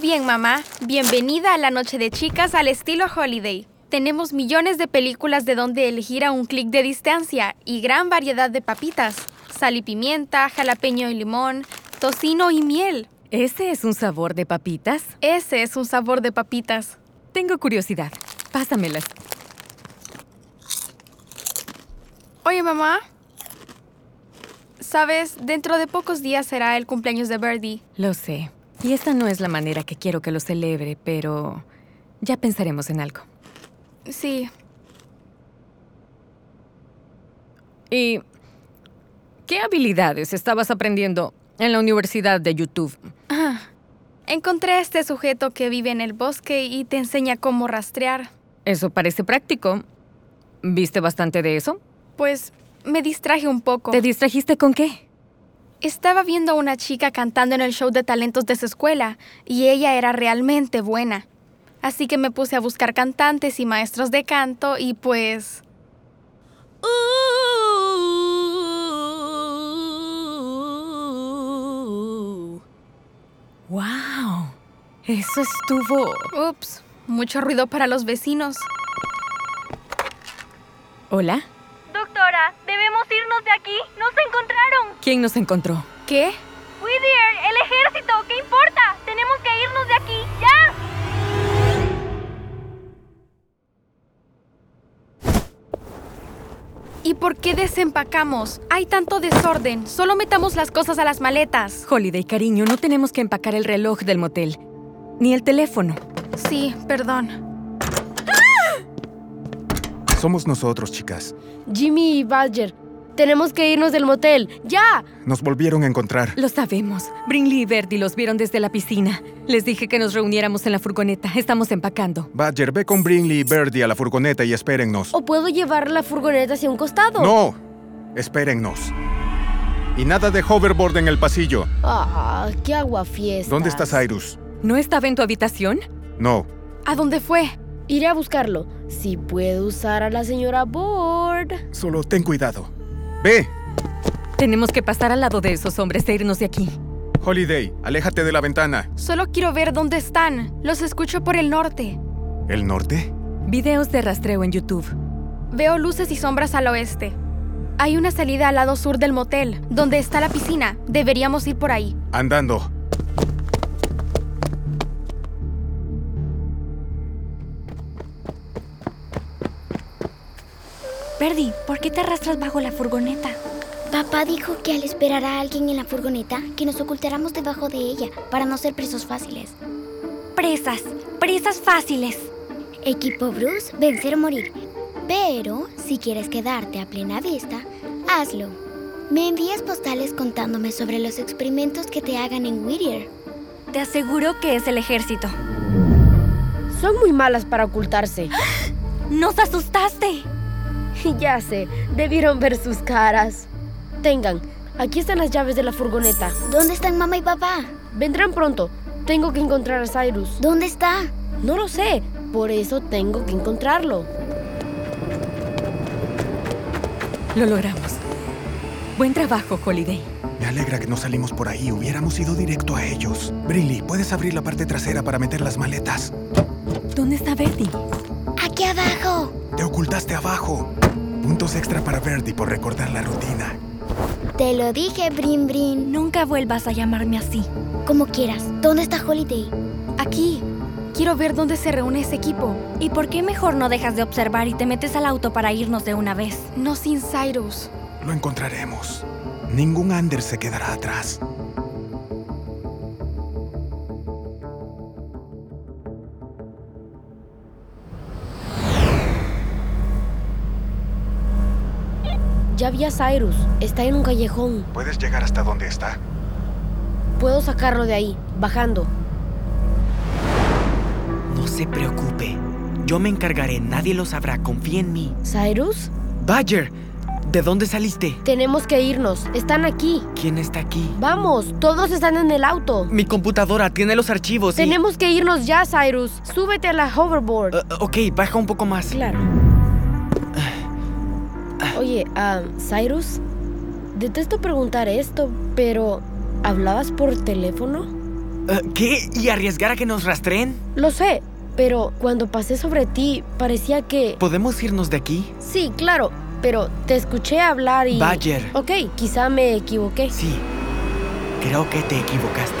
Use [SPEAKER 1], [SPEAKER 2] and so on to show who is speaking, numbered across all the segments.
[SPEAKER 1] bien, mamá. Bienvenida a la noche de chicas al estilo Holiday. Tenemos millones de películas de donde elegir a un clic de distancia y gran variedad de papitas. Sal y pimienta, jalapeño y limón, tocino y miel.
[SPEAKER 2] ¿Ese es un sabor de papitas?
[SPEAKER 1] Ese es un sabor de papitas.
[SPEAKER 2] Tengo curiosidad. Pásamelas.
[SPEAKER 1] Oye, mamá. Sabes, dentro de pocos días será el cumpleaños de Birdie.
[SPEAKER 2] Lo sé. Y esta no es la manera que quiero que lo celebre, pero ya pensaremos en algo.
[SPEAKER 1] Sí,
[SPEAKER 2] ¿Y qué habilidades estabas aprendiendo en la universidad de YouTube?
[SPEAKER 1] Ah, encontré a este sujeto que vive en el bosque y te enseña cómo rastrear.
[SPEAKER 2] Eso parece práctico. ¿Viste bastante de eso?
[SPEAKER 1] Pues me distraje un poco.
[SPEAKER 2] ¿Te distrajiste con qué?
[SPEAKER 1] Estaba viendo a una chica cantando en el show de talentos de su escuela y ella era realmente buena. Así que me puse a buscar cantantes y maestros de canto y pues...
[SPEAKER 2] ¡Wow! Eso estuvo...
[SPEAKER 1] Ups, mucho ruido para los vecinos.
[SPEAKER 2] ¿Hola?
[SPEAKER 3] Doctora, debemos irnos de aquí. Nos encontraron.
[SPEAKER 2] ¿Quién nos encontró?
[SPEAKER 1] ¿Qué?
[SPEAKER 3] Whittier, el ejército, ¿qué importa? Tenemos que irnos de aquí. ¡Ya!
[SPEAKER 1] ¿Y por qué desempacamos? Hay tanto desorden. Solo metamos las cosas a las maletas.
[SPEAKER 2] Holiday, cariño, no tenemos que empacar el reloj del motel. Ni el teléfono.
[SPEAKER 1] Sí, perdón.
[SPEAKER 4] Somos nosotros, chicas.
[SPEAKER 5] Jimmy y Badger, tenemos que irnos del motel. ¡Ya!
[SPEAKER 4] Nos volvieron a encontrar.
[SPEAKER 2] Lo sabemos. Brinley y Verdi los vieron desde la piscina. Les dije que nos reuniéramos en la furgoneta. Estamos empacando.
[SPEAKER 4] Badger, ve con Brinley y Birdie a la furgoneta y espérennos.
[SPEAKER 5] ¿O puedo llevar la furgoneta hacia un costado?
[SPEAKER 4] ¡No! Espérennos. Y nada de hoverboard en el pasillo.
[SPEAKER 5] ¡Ah, qué aguafiestas!
[SPEAKER 4] ¿Dónde está Cyrus?
[SPEAKER 2] ¿No estaba en tu habitación?
[SPEAKER 4] No.
[SPEAKER 1] ¿A dónde fue?
[SPEAKER 5] Iré a buscarlo. Si puedo usar a la señora Board.
[SPEAKER 4] Solo ten cuidado. ¡Ve!
[SPEAKER 2] Tenemos que pasar al lado de esos hombres e irnos de aquí.
[SPEAKER 4] Holiday, aléjate de la ventana.
[SPEAKER 1] Solo quiero ver dónde están. Los escucho por el norte.
[SPEAKER 4] ¿El norte?
[SPEAKER 2] Videos de rastreo en YouTube.
[SPEAKER 1] Veo luces y sombras al oeste. Hay una salida al lado sur del motel, donde está la piscina. Deberíamos ir por ahí.
[SPEAKER 4] Andando.
[SPEAKER 6] Verdi, ¿por qué te arrastras bajo la furgoneta?
[SPEAKER 7] Papá dijo que al esperar a alguien en la furgoneta, que nos ocultáramos debajo de ella para no ser presos fáciles.
[SPEAKER 6] Presas, presas fáciles.
[SPEAKER 7] Equipo Bruce, vencer o morir. Pero si quieres quedarte a plena vista, hazlo. Me envías postales contándome sobre los experimentos que te hagan en Whittier.
[SPEAKER 6] Te aseguro que es el ejército.
[SPEAKER 5] Son muy malas para ocultarse.
[SPEAKER 6] ¡Ah! ¡Nos asustaste!
[SPEAKER 5] ya sé, debieron ver sus caras. Tengan, aquí están las llaves de la furgoneta.
[SPEAKER 7] ¿Dónde están mamá y papá?
[SPEAKER 5] Vendrán pronto. Tengo que encontrar a Cyrus.
[SPEAKER 7] ¿Dónde está?
[SPEAKER 5] No lo sé, por eso tengo que encontrarlo.
[SPEAKER 2] Lo logramos. Buen trabajo, Holiday.
[SPEAKER 4] Me alegra que no salimos por ahí. Hubiéramos ido directo a ellos. Brinley, ¿puedes abrir la parte trasera para meter las maletas?
[SPEAKER 2] ¿Dónde está Verdi?
[SPEAKER 7] Aquí abajo.
[SPEAKER 4] Te ocultaste abajo. Puntos extra para Verdi por recordar la rutina.
[SPEAKER 7] Te lo dije, Brin Brin.
[SPEAKER 6] Nunca vuelvas a llamarme así.
[SPEAKER 7] Como quieras. ¿Dónde está Holiday?
[SPEAKER 1] Aquí. Quiero ver dónde se reúne ese equipo.
[SPEAKER 6] ¿Y por qué mejor no dejas de observar y te metes al auto para irnos de una vez?
[SPEAKER 1] No sin Cyrus.
[SPEAKER 4] Lo encontraremos. Ningún Anders se quedará atrás.
[SPEAKER 5] Ya vi a Cyrus. Está en un callejón.
[SPEAKER 4] ¿Puedes llegar hasta donde está?
[SPEAKER 5] Puedo sacarlo de ahí, bajando.
[SPEAKER 8] No se preocupe. Yo me encargaré, nadie lo sabrá, confía en mí.
[SPEAKER 5] ¿Cyrus?
[SPEAKER 8] Badger, ¿de dónde saliste?
[SPEAKER 5] Tenemos que irnos. Están aquí.
[SPEAKER 8] ¿Quién está aquí?
[SPEAKER 5] Vamos, todos están en el auto.
[SPEAKER 8] Mi computadora tiene los archivos. y-
[SPEAKER 5] Tenemos que irnos ya, Cyrus. Súbete a la hoverboard.
[SPEAKER 8] Ah, ok, baja un poco más.
[SPEAKER 5] Claro. Oye, ah, Cyrus, detesto preguntar esto, pero ¿hablabas por teléfono?
[SPEAKER 8] Eh, ¿Qué? ¿Y arriesgar a que nos rastreen?
[SPEAKER 1] Lo sé, pero cuando pasé sobre ti parecía que...
[SPEAKER 8] ¿Podemos irnos de aquí?
[SPEAKER 1] Sí, claro, pero te escuché hablar y...
[SPEAKER 8] Badger.
[SPEAKER 1] Ok, quizá me equivoqué.
[SPEAKER 8] Sí. Creo que te equivocaste.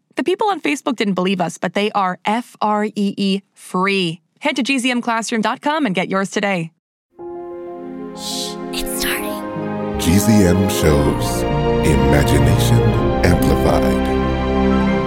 [SPEAKER 2] The people on Facebook didn't believe us, but they are F R E E free. Head to gzmclassroom.com and get yours today.
[SPEAKER 9] It's starting.
[SPEAKER 10] GZM shows Imagination Amplified.